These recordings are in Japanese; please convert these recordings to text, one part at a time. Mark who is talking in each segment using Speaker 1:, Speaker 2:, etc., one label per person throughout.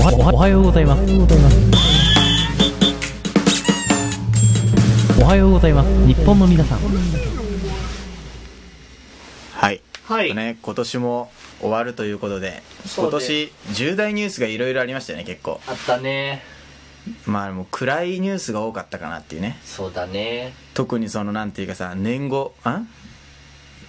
Speaker 1: はおはようございます。おはようございます。日本の皆さん。
Speaker 2: はい。
Speaker 3: は
Speaker 2: ちょ
Speaker 3: い
Speaker 2: っとね、今年も終わるということで、
Speaker 3: そ
Speaker 2: 今
Speaker 3: うで
Speaker 2: 年重大ニュースがいろいろありましたよね、結構。
Speaker 3: あったね
Speaker 2: まあもう暗いニュースが多かったかなっていうね。
Speaker 3: そうだね
Speaker 2: 特にそのなんていうかさ、年後、ん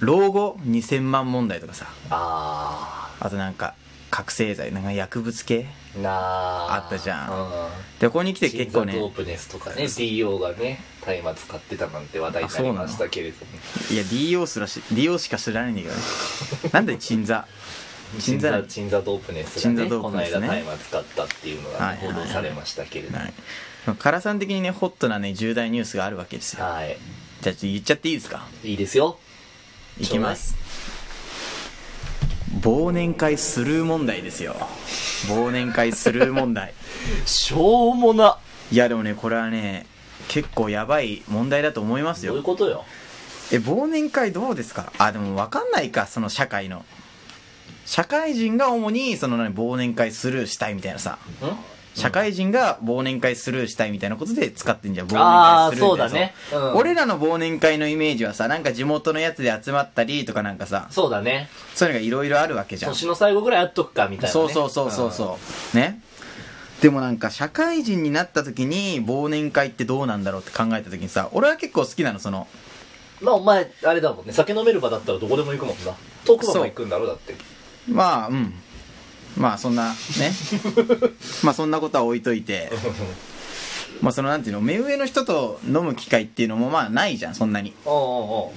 Speaker 2: 老後2000万問題とかさ、
Speaker 3: あ
Speaker 2: あとなんか覚醒剤、なんか薬物系。
Speaker 3: ーなあ
Speaker 2: あったじゃん
Speaker 3: うん
Speaker 2: で、ここに来て
Speaker 3: 心
Speaker 2: 結構
Speaker 3: 臓
Speaker 2: ね、
Speaker 3: ドープネスとかね DO がね大麻使ってたなんて話題になりましたけれども
Speaker 2: いや、DO すらし、DO しか知らないんだけど ね。なんで鎮座鎮
Speaker 3: 鎮
Speaker 2: 座
Speaker 3: 座鎮座ドープネスが
Speaker 2: 鎮座
Speaker 3: ね
Speaker 2: ドー
Speaker 3: こ
Speaker 2: プ
Speaker 3: の
Speaker 2: ネスね
Speaker 3: 間大麻使ったっていうの
Speaker 2: は
Speaker 3: が
Speaker 2: い
Speaker 3: ね
Speaker 2: はい
Speaker 3: 報
Speaker 2: はい
Speaker 3: 道されましたけれど
Speaker 2: は
Speaker 3: も
Speaker 2: い。カラさん的にね、ホットなね、重大ニュースがあるわけですよ。
Speaker 3: はい
Speaker 2: じゃあ、ちょっと言っちゃっていいですか
Speaker 3: いいですよ
Speaker 2: いきます忘年会スルー問題ですよ忘年会スルー問 題
Speaker 3: しょうもない
Speaker 2: やでもねこれはね結構やばい問題だと思います
Speaker 3: どういう
Speaker 2: よ
Speaker 3: ことよ
Speaker 2: え忘年会どうですかあでも分かんないかその社会の社会人が主にその何忘年会スルーしたいみたいなさ
Speaker 3: ん
Speaker 2: 社会人が忘年会スルーしたいみたいなことで使ってんじゃん忘年
Speaker 3: あ
Speaker 2: 会ス
Speaker 3: ー
Speaker 2: ルーみたいな
Speaker 3: そうだね
Speaker 2: さ
Speaker 3: うん
Speaker 2: 俺らの忘年会のイメージはさなんか地元のやつで集まったりとかなんかさ
Speaker 3: そうだね
Speaker 2: そういうのがいろいろあるわけじゃん
Speaker 3: 年の最後ぐらいやっとくかみたいなね
Speaker 2: そうそうそうそうそうねでもなんか社会人になった時に忘年会ってどうなんだろうって考えた時にさ俺は結構好きなのその
Speaker 3: うんまあお前あれだもんね酒飲める場だったらどこでも行くもんな遠くも行くんだろだって
Speaker 2: まあうんまあそん なねまあそんなことは置いといてまあそのなんていうの目上の人と飲む機会っていうのもまあないじゃんそんなに
Speaker 3: おうおうお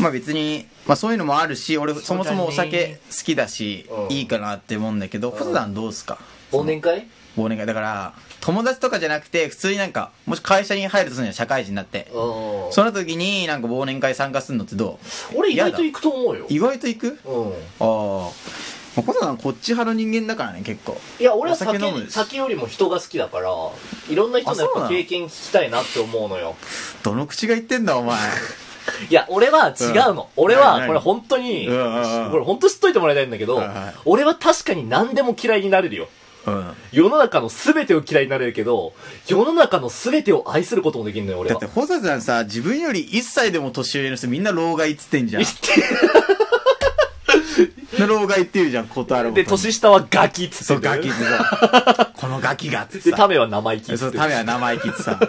Speaker 3: う
Speaker 2: まあ別にまあそういうのもあるし俺そもそもお
Speaker 3: そうだ
Speaker 2: 酒
Speaker 3: ね
Speaker 2: 好きだし
Speaker 3: うん
Speaker 2: いいかなって思うんだけど普段どうすか
Speaker 3: 忘年会
Speaker 2: 忘年会だから友達とかじゃなくて普通になんかもし会社に入るとするには社会人になって
Speaker 3: うん
Speaker 2: その時になんか忘年会参加するのってどう
Speaker 3: 俺意外と
Speaker 2: 嫌だ
Speaker 3: 行くと思うよ
Speaker 2: 意外と行く
Speaker 3: うん
Speaker 2: ああ小さんこっち派の人間だからね結構
Speaker 3: いや俺は
Speaker 2: お
Speaker 3: 酒
Speaker 2: 酒飲む
Speaker 3: 酒よりも人が好きだからいろんな人のやっ
Speaker 2: あそうな
Speaker 3: ぱ
Speaker 2: の
Speaker 3: 経験聞きたいなって思うのよ
Speaker 2: どの口が言ってんだお 前
Speaker 3: いや俺は違うの、
Speaker 2: うん
Speaker 3: 俺
Speaker 2: 何
Speaker 3: は
Speaker 2: 何
Speaker 3: これ本当に、
Speaker 2: うんうんうん
Speaker 3: これ本当知っといてもらいたいんだけど、
Speaker 2: はいはい
Speaker 3: 俺は確かに何でも嫌いになれるよ
Speaker 2: うん
Speaker 3: 世の中の全てを嫌いになれるけど世の中の全てを愛することもできるのよ俺
Speaker 2: だ
Speaker 3: は
Speaker 2: って保佐さんさ自分より1歳でも年上の人みんな老害っつってんじゃんな老害って言うじゃんことあること
Speaker 3: で
Speaker 2: に
Speaker 3: 年下はガキっつ
Speaker 2: そう
Speaker 3: って
Speaker 2: ガキって
Speaker 3: る
Speaker 2: さこのガキがっつって
Speaker 3: で
Speaker 2: さ
Speaker 3: タメは生意気っ
Speaker 2: そ
Speaker 3: つっ
Speaker 2: う、
Speaker 3: て
Speaker 2: タ
Speaker 3: る
Speaker 2: メは生意気ってさ、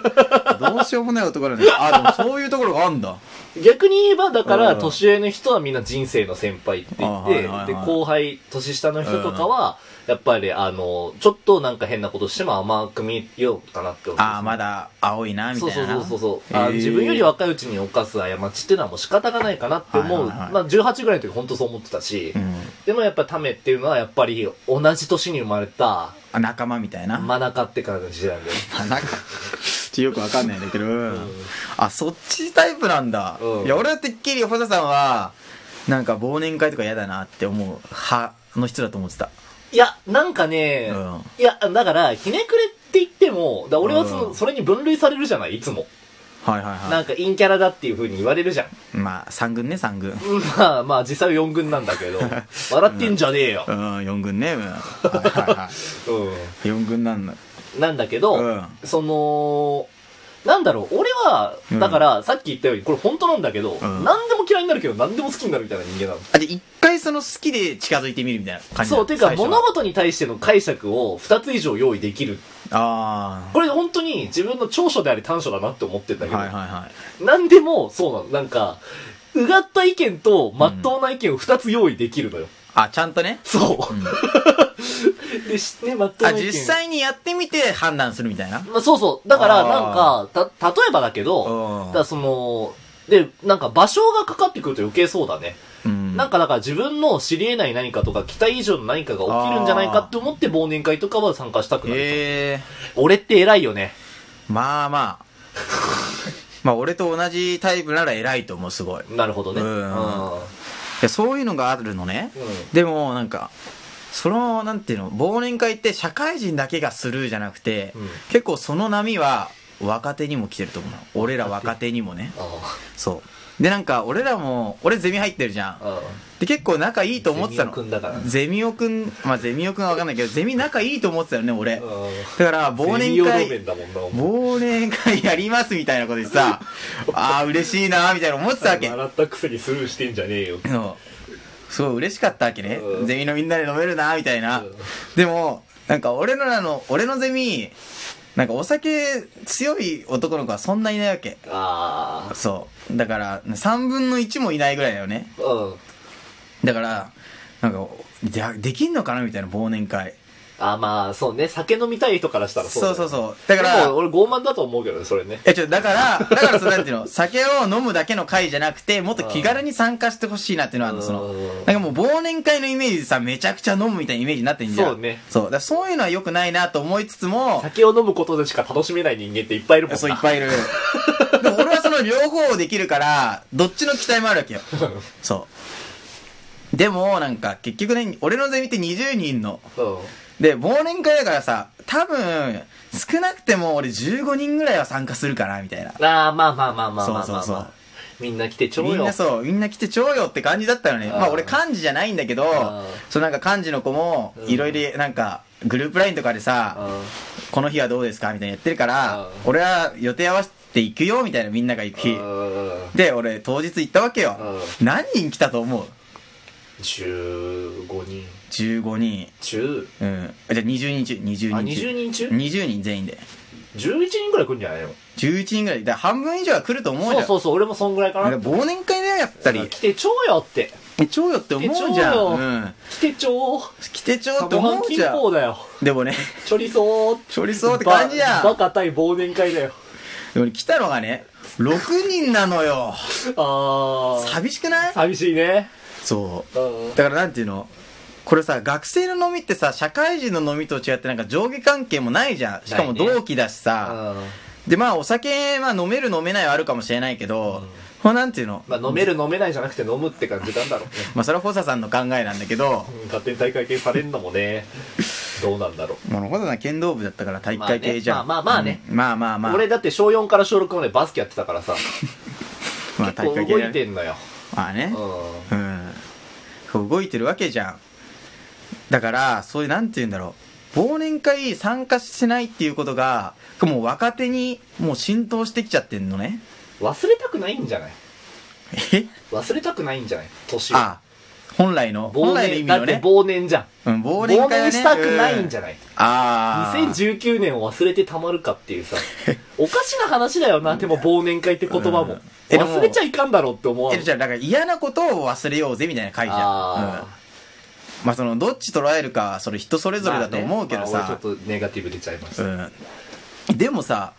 Speaker 2: どうしようもない男なんだけど、あ、でもそういうところがあんだ。
Speaker 3: 逆に言えばだか
Speaker 2: う
Speaker 3: ら
Speaker 2: ん
Speaker 3: 年上の人はみんな人生の先輩って言っ
Speaker 2: はい
Speaker 3: て
Speaker 2: はいはい
Speaker 3: で後輩年下の人とかはやっぱりあのちょっとなんか変なことしても甘く見ようかなって思う
Speaker 2: あー、まだ青いな、みた
Speaker 3: そうそ
Speaker 2: いうな。
Speaker 3: そうそうそう、あ
Speaker 2: へー
Speaker 3: 自分より若いうちに犯す過ちっていうのはもう仕方がないかなって思
Speaker 2: は
Speaker 3: う、
Speaker 2: いはいはい
Speaker 3: まあ18ぐらいの時本当そう思ってたし、
Speaker 2: うん
Speaker 3: でもやっぱためっていうのはやっぱり同じ年に生まれた
Speaker 2: あ仲間みたいな。
Speaker 3: 真中って感じなんだよ
Speaker 2: あ、なんか、ちょっとよくわかんないんだけど、あ、そっちタイプなんだ。
Speaker 3: うん
Speaker 2: いや、俺はてっきり、保田さんは、なんか忘年会とか嫌だなって思う派の人だと思ってた。
Speaker 3: いや、なんかね、
Speaker 2: うん
Speaker 3: いや、だから、ひねくれって言っても、だ俺はその、
Speaker 2: うん
Speaker 3: それに分類されるじゃないいつも。
Speaker 2: はいはいは
Speaker 3: なんか陰キャラだっていう風に言われるじゃん。
Speaker 2: い。まあ、3軍ね、3軍。うん、
Speaker 3: うんまあまあ、実際は4軍なん だけど、笑ってんじゃねえよ。
Speaker 2: 4軍ね。うんはいはいは
Speaker 3: う
Speaker 2: い。4軍なんだ。
Speaker 3: ん。なんだけど、
Speaker 2: うん
Speaker 3: その、なんだろう、俺は
Speaker 2: う、ん
Speaker 3: だから、さっき言ったように、これ本当なんだけど、
Speaker 2: ん
Speaker 3: 何でも嫌いになるけど、何でも好きになるみたいな人間なの。
Speaker 2: あ、じゃあ一回その好きで近づいてみるみたいな感じな
Speaker 3: そ
Speaker 2: の
Speaker 3: う、ていうか、
Speaker 2: 最初は
Speaker 3: 物事に対しての解釈を2つ以上用意できる。
Speaker 2: あ
Speaker 3: これ本当に自分の長所であり短所だなって思ってんだ
Speaker 2: あ
Speaker 3: けど、
Speaker 2: はいはいはい
Speaker 3: 何でもそうなの。なんか、うがった意見と真っ当な意見を二つ用意できるのよ。
Speaker 2: あちゃんとね
Speaker 3: そう。でし、 ね、真っ当な
Speaker 2: あ
Speaker 3: 意見。
Speaker 2: 実際にやってみて判断するみたいな
Speaker 3: まあ、そうそう。だから、な
Speaker 2: あ
Speaker 3: んか、た、例えばだけ
Speaker 2: うん
Speaker 3: ど、だからその、で、なんか、場所がかかってくると余計そうだね。
Speaker 2: うん
Speaker 3: なんか、だから自分の知り得ない何かとか、期待以上の何かが起きるんじゃないかって思って忘年会とかは参加したくなる。
Speaker 2: ええ
Speaker 3: 俺って偉いよね。
Speaker 2: まあま あまあ俺と同じタイプなら偉いと思うすごいい
Speaker 3: なるほどね。
Speaker 2: うんやそういうのがあるのね、
Speaker 3: うん
Speaker 2: でもなんかそのなんていうの忘年会って社会人だけがスルーじゃなくて、
Speaker 3: うん
Speaker 2: 結構その波は若手にも来てると思うの俺ら若手にもね
Speaker 3: ああ
Speaker 2: そうでなんか俺らも俺ゼミ入ってるじゃん
Speaker 3: うん
Speaker 2: で結構仲いいと思ってたの
Speaker 3: ゼミオくんだからね
Speaker 2: ゼミオくんまあゼミオくんは分かんないけどゼミ仲いいと思ってたよね俺
Speaker 3: うん
Speaker 2: だから忘
Speaker 3: ゼ
Speaker 2: 年
Speaker 3: ミ用路
Speaker 2: 会
Speaker 3: 面だもんなお前
Speaker 2: 忘年会やりますみたいなことで さああ嬉しいなみたいな思ってたわけ
Speaker 3: 笑ったくせにスルーしてんじゃねえよ
Speaker 2: そうすごい嬉しかったわけね、
Speaker 3: うん
Speaker 2: ゼミのみんなで飲めるなみたいな、
Speaker 3: うん
Speaker 2: でもなんか俺のらの俺のゼミなんかお酒強い男の子はそんないないわけ
Speaker 3: あ
Speaker 2: そうだから3分の1もいないぐらいだよね
Speaker 3: あうん
Speaker 2: だからなんかでできんのかなみたいな忘年会
Speaker 3: あまあそうね酒飲みたい人からしたら
Speaker 2: そうそう
Speaker 3: う
Speaker 2: そうだ
Speaker 3: だ
Speaker 2: か
Speaker 3: よ
Speaker 2: ら
Speaker 3: でも俺傲慢だと思うけどねそれね
Speaker 2: え、ちょ、だから、だからそうなんていうの、酒を飲むだけの会じゃなくて、もっと気軽に参加してほしいなっていうのはあるの、その
Speaker 3: うん、
Speaker 2: なんかもう忘年会のイメージでさ、めちゃくちゃ飲むみたいなイメージになってんじゃん。
Speaker 3: そうね
Speaker 2: そう。だからそういうのは良くないなと思いつつも、
Speaker 3: 酒を飲むことでしか楽しめない人間っていっぱいいるもんな
Speaker 2: そういっぱいいる。でも俺はその両方できるから、どっちの期待もあるわけよ。そう。でも、なんか、結局ね、俺のゼミって20人の、
Speaker 3: うん
Speaker 2: で、忘年会だからさ、多分、少なくても俺15人ぐらいは参加するかな、みたいな。
Speaker 3: ああまあまあまあまあまあ
Speaker 2: そ
Speaker 3: ま
Speaker 2: う
Speaker 3: あ
Speaker 2: そう
Speaker 3: ま
Speaker 2: そう
Speaker 3: あみんな来てちょうよ
Speaker 2: みんなそう、みんな来てちょうよって感じだったよね。
Speaker 3: あー
Speaker 2: まあ俺幹事じゃないんだけど
Speaker 3: あー、
Speaker 2: そうなんか幹事の子も
Speaker 3: う、ん
Speaker 2: いろいろなんか、グループラインとかでさ、
Speaker 3: うん
Speaker 2: この日はどうですかみたいなやってるから
Speaker 3: うん、
Speaker 2: 俺は予定合わせて行くよみたいなみんなが行く日。
Speaker 3: うん
Speaker 2: で、俺当日行ったわけよ。何人来たと思う
Speaker 3: 15人
Speaker 2: ?15 人。
Speaker 3: 中
Speaker 2: うん。あじゃあ20人中、
Speaker 3: あ
Speaker 2: 20人中。
Speaker 3: 20人中
Speaker 2: 20人全員で。
Speaker 3: 11人ぐらい来るんじゃないの
Speaker 2: 11人ぐらいで。だから半分以上は来ると思うじ
Speaker 3: そ
Speaker 2: ゃ。
Speaker 3: うんそうそう俺もそんぐらいか
Speaker 2: なん
Speaker 3: な
Speaker 2: か忘年会だよ、やっぱり。
Speaker 3: 来てちょうよって
Speaker 2: えちょうよって思うじゃ。
Speaker 3: えちょ
Speaker 2: う
Speaker 3: うんよ
Speaker 2: ん。
Speaker 3: 来てちょう
Speaker 2: 来てちょうって
Speaker 3: ご
Speaker 2: 思
Speaker 3: 飯
Speaker 2: う
Speaker 3: 金
Speaker 2: じゃん。
Speaker 3: 峰だよ
Speaker 2: でもね、
Speaker 3: ちょりそう
Speaker 2: 処理そうって感じや
Speaker 3: バ
Speaker 2: ん。
Speaker 3: カ対忘年会だよ
Speaker 2: でも来たのがね、6人なのよ。
Speaker 3: ああ
Speaker 2: 寂しくない
Speaker 3: 寂しいね
Speaker 2: そうう。
Speaker 3: ん
Speaker 2: だからなんていうのこれさ、学生の飲みってさ、社会人の飲みと違ってなんか上下関係もないじゃん。しかも
Speaker 3: ないね
Speaker 2: 同期だしさ。で、まあお酒、まあ飲める飲めないはあるかもしれないけど、まあなんていうの
Speaker 3: まあ飲める飲めないじゃなくて飲むって感じなんだろうね
Speaker 2: まあそれはホサさんの考えなんだけど、
Speaker 3: うん勝手に大会系されんのもねどうなんだろ
Speaker 2: もうホサさん剣道部だったから体育会系じゃん。
Speaker 3: まあねまあまあね
Speaker 2: うんまあまあまあ。
Speaker 3: う俺だって小4から小6までバスケやってたからさ
Speaker 2: まあ
Speaker 3: こ
Speaker 2: 体
Speaker 3: う
Speaker 2: 育会系
Speaker 3: 動
Speaker 2: だね
Speaker 3: いてんのよ
Speaker 2: まあね。
Speaker 3: う
Speaker 2: うん、そう動いてるわけじゃんだからそういうなんて言うんだろう忘年会参加しないっていうことがもう若手にもう浸透してきちゃってんのね
Speaker 3: ん忘れたくないんじゃない
Speaker 2: え
Speaker 3: 忘れたくないんじゃない年を
Speaker 2: あ本来の
Speaker 3: 忘
Speaker 2: 本来の意
Speaker 3: 年
Speaker 2: 味
Speaker 3: だ
Speaker 2: の
Speaker 3: って
Speaker 2: ね、
Speaker 3: 忘年じゃん
Speaker 2: うん、忘
Speaker 3: 忘
Speaker 2: 年会はね
Speaker 3: 年したくないんじゃ
Speaker 2: うん
Speaker 3: ない
Speaker 2: ああ
Speaker 3: 2019年を忘れてたまるかってい うさおかしな話だよなでも忘年会って言葉
Speaker 2: う
Speaker 3: も
Speaker 2: んえでも
Speaker 3: 忘れちゃいかんだろうって思わん
Speaker 2: えじゃあだから嫌なことを忘れようぜみたいな会じゃん
Speaker 3: あ
Speaker 2: うん、まあそのどっち捉えるかはそれ人それ
Speaker 3: ー
Speaker 2: ぞれだと思うけど
Speaker 3: まあねまあ
Speaker 2: さ、
Speaker 3: 俺ちょっとネガティブ出ちゃいました
Speaker 2: うんでもさ、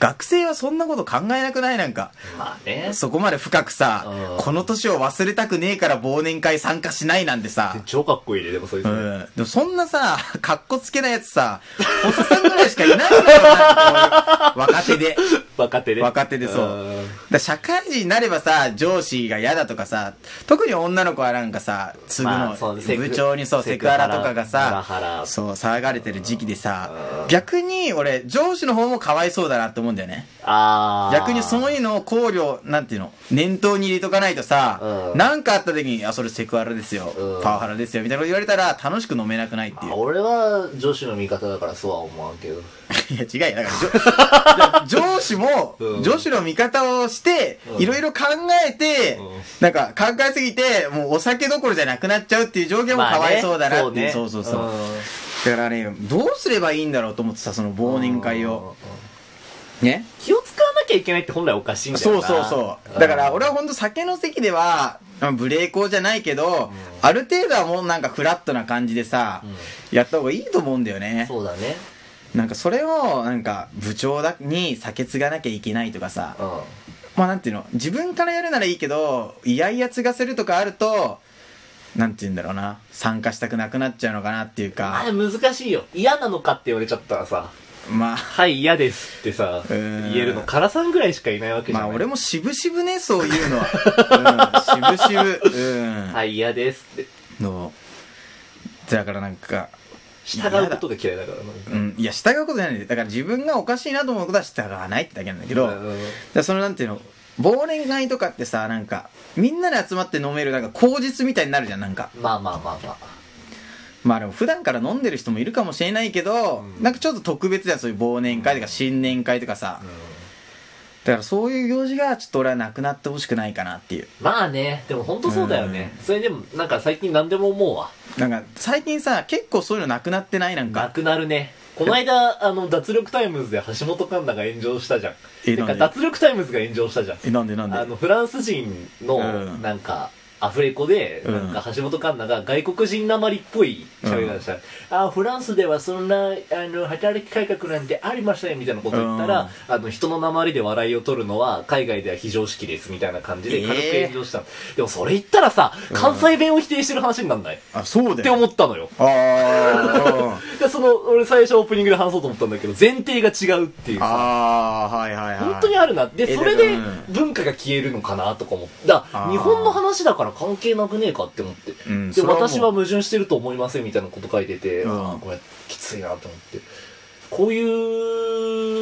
Speaker 2: 学生はそんなこと考えなくないなんか
Speaker 3: まあね
Speaker 2: そこまで深くさ
Speaker 3: う、ん
Speaker 2: この年を忘れたくねえから忘年会参加しないなんてさ、
Speaker 3: 超かっこいいねでもそういう
Speaker 2: う
Speaker 3: の
Speaker 2: ん。でもそんなさ、かっこつけないやつさ、おっさんぐらいしかいないんだよな、若手 で。
Speaker 3: 若手で
Speaker 2: 若手でそう
Speaker 3: うん
Speaker 2: だ社会人になればさ、上司が嫌だとかさ、特に女の子はなんかさ、継ぐ
Speaker 3: まあそう
Speaker 2: の、
Speaker 3: ねセク
Speaker 2: 部長にそう、セクハラとかが
Speaker 3: セクハ
Speaker 2: さ、
Speaker 3: ラ
Speaker 2: そう、騒がれてる時期でさ
Speaker 3: う、ん
Speaker 2: 逆に俺、上司の方もかわいそうだなって思うんだよね。
Speaker 3: ああ
Speaker 2: 逆にそういうのを考慮、なんていうの、念頭に入れとかないとさ、
Speaker 3: うん
Speaker 2: なんかあった時に、あ、それセクハラですよ、
Speaker 3: うん
Speaker 2: パワハラですよ、みたいなこと言われたら楽しく飲めなくないっていう。
Speaker 3: 俺は女子の味方だからそうは思わんけど
Speaker 2: いや、違うよ。だ からじょ上司も
Speaker 3: う、ん
Speaker 2: 上司の味方をして、
Speaker 3: うん
Speaker 2: いろいろ考えて
Speaker 3: うん、
Speaker 2: なんか考えすぎて、もうお酒どころじゃなくなっちゃうっていう状況もかわいそうだなっていう。そうそうそう。だからね、どうすればいいんだろうと思ってさ、その忘年会を。ね
Speaker 3: 気を使わなきゃいけないって本来おかしいんだよ
Speaker 2: そう
Speaker 3: な
Speaker 2: そうそう。だから俺はほんと酒の席では、無礼講じゃないけど、ある程度はもうなんかフラットな感じでさ、やった方がいいと思うんだよね。
Speaker 3: そうだね
Speaker 2: なんかそれを、なんか部長だに酒継がなきゃいけないとかさ、
Speaker 3: うん
Speaker 2: まあなんていうの、自分からやるならいいけど、いやいや継がせるとかあると、なんていうんだろうな、参加したくなくなっちゃうのかなっていうか、
Speaker 3: あれ難しいよ嫌なのかって言われちゃったらさ
Speaker 2: まあ、
Speaker 3: はい嫌ですってさ
Speaker 2: う
Speaker 3: 言
Speaker 2: ん
Speaker 3: えるのからさんぐらいしかいないわけじゃ
Speaker 2: ま
Speaker 3: な
Speaker 2: あ
Speaker 3: い
Speaker 2: 俺も渋々ね、そういうの は。うん、渋々、うん。
Speaker 3: はい嫌ですって
Speaker 2: の、だからなんか、
Speaker 3: 従うことが嫌いだからな
Speaker 2: うん、いや、従うことじゃないんだよだから自分がおかしいなと思うことは従わないってだけなんだけど、だか
Speaker 3: うん
Speaker 2: らそのなんていうの、忘年会とかってさなんかみんなで集まって飲めるなんか口実みたいになるじゃんなんか
Speaker 3: まあまあまあまあ。
Speaker 2: まあでも普段から飲んでる人もいるかもしれないけど、
Speaker 3: うん
Speaker 2: なんかちょっと特別だよそういう忘年会とか新年会とかさ、だからそういう行事がちょっと俺はなくなってほしくないかなっていう
Speaker 3: まあね、でも本当そうだよね。それでも、なんか最近何でも思うわ。
Speaker 2: なんか最近さ結構そういうのなくなってないなん
Speaker 3: な
Speaker 2: か
Speaker 3: くなるね。この間、あの、脱力タイムズで橋本環奈が炎上したじゃん。
Speaker 2: え
Speaker 3: て
Speaker 2: な
Speaker 3: か、
Speaker 2: んで
Speaker 3: 脱力タイムズが炎上したじゃん。
Speaker 2: えなんでなんで
Speaker 3: あの、フランス人の
Speaker 2: う、ん
Speaker 3: なんか、アフレコで、
Speaker 2: うん
Speaker 3: なんか橋本環奈が外国人なまりっぽい喋り方した、あ、フランスではそんな、あの、働き改革なんてありましたね、みたいなこと言ったら、あの、人のなまりで笑いを取るのは、海外では非常識です、みたいな感じで軽く炎上したの、でもそれ言ったらさ、関西弁を否定してる話になんない、
Speaker 2: あそう
Speaker 3: っ
Speaker 2: だ
Speaker 3: て
Speaker 2: よ
Speaker 3: 思ったのよ。
Speaker 2: あー
Speaker 3: で、その、俺最初オープニングで話そうと思ったんだけど、前提が違うっていうさ。
Speaker 2: あーはいはいはい
Speaker 3: 本当にあるな。で、
Speaker 2: え
Speaker 3: それで
Speaker 2: うん
Speaker 3: 文化が消えるのかなとか思って。だ
Speaker 2: あー
Speaker 3: 日本の話だから関係なくねえかって思って。
Speaker 2: うん
Speaker 3: で、
Speaker 2: それはもう
Speaker 3: 私は矛盾してると思いませんみたいなこと書いてて、
Speaker 2: うん
Speaker 3: あーこれきついなと思って。こうい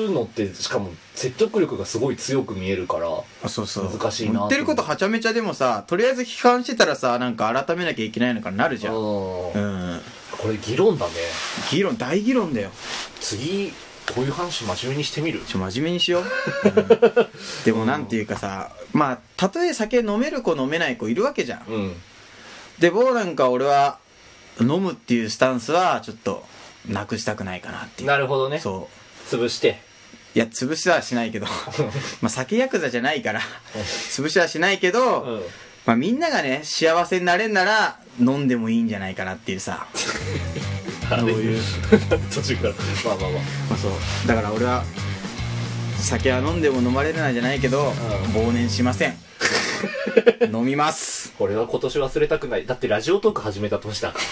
Speaker 3: うのって、しかも説得力がすごい強く見えるから、
Speaker 2: あそうそう
Speaker 3: 難しいな
Speaker 2: 言ってることはちゃめちゃでもさとりあえず批判してたらさなんか改めなきゃいけないのかなるじゃん
Speaker 3: うん
Speaker 2: うん
Speaker 3: これ議論だね。
Speaker 2: 議論大議論だよ
Speaker 3: 次、こういう話真面目にしてみる
Speaker 2: ちょ真面目にしよう、うんでもなんていうかさまあたとえ酒飲める子飲めない子いるわけじゃん
Speaker 3: うん。
Speaker 2: でもうなんか俺は飲むっていうスタンスはちょっとなくしたくないかなっていう
Speaker 3: なるほどね。
Speaker 2: そ
Speaker 3: 潰して。
Speaker 2: ういや潰しはしない けどまあ酒ヤクザじゃないから潰しはしないけど、
Speaker 3: うん。
Speaker 2: まあ、みんながね幸せになれんなら飲んでもいいんじゃないかなっていうさどういう
Speaker 3: 途中から。まあまあまあ。
Speaker 2: まあそうだから俺は酒は飲んでも飲まれるなじゃないけど、忘年しま せん飲みます
Speaker 3: これは今年忘れたくない。だってラジオトーク始めた年だから。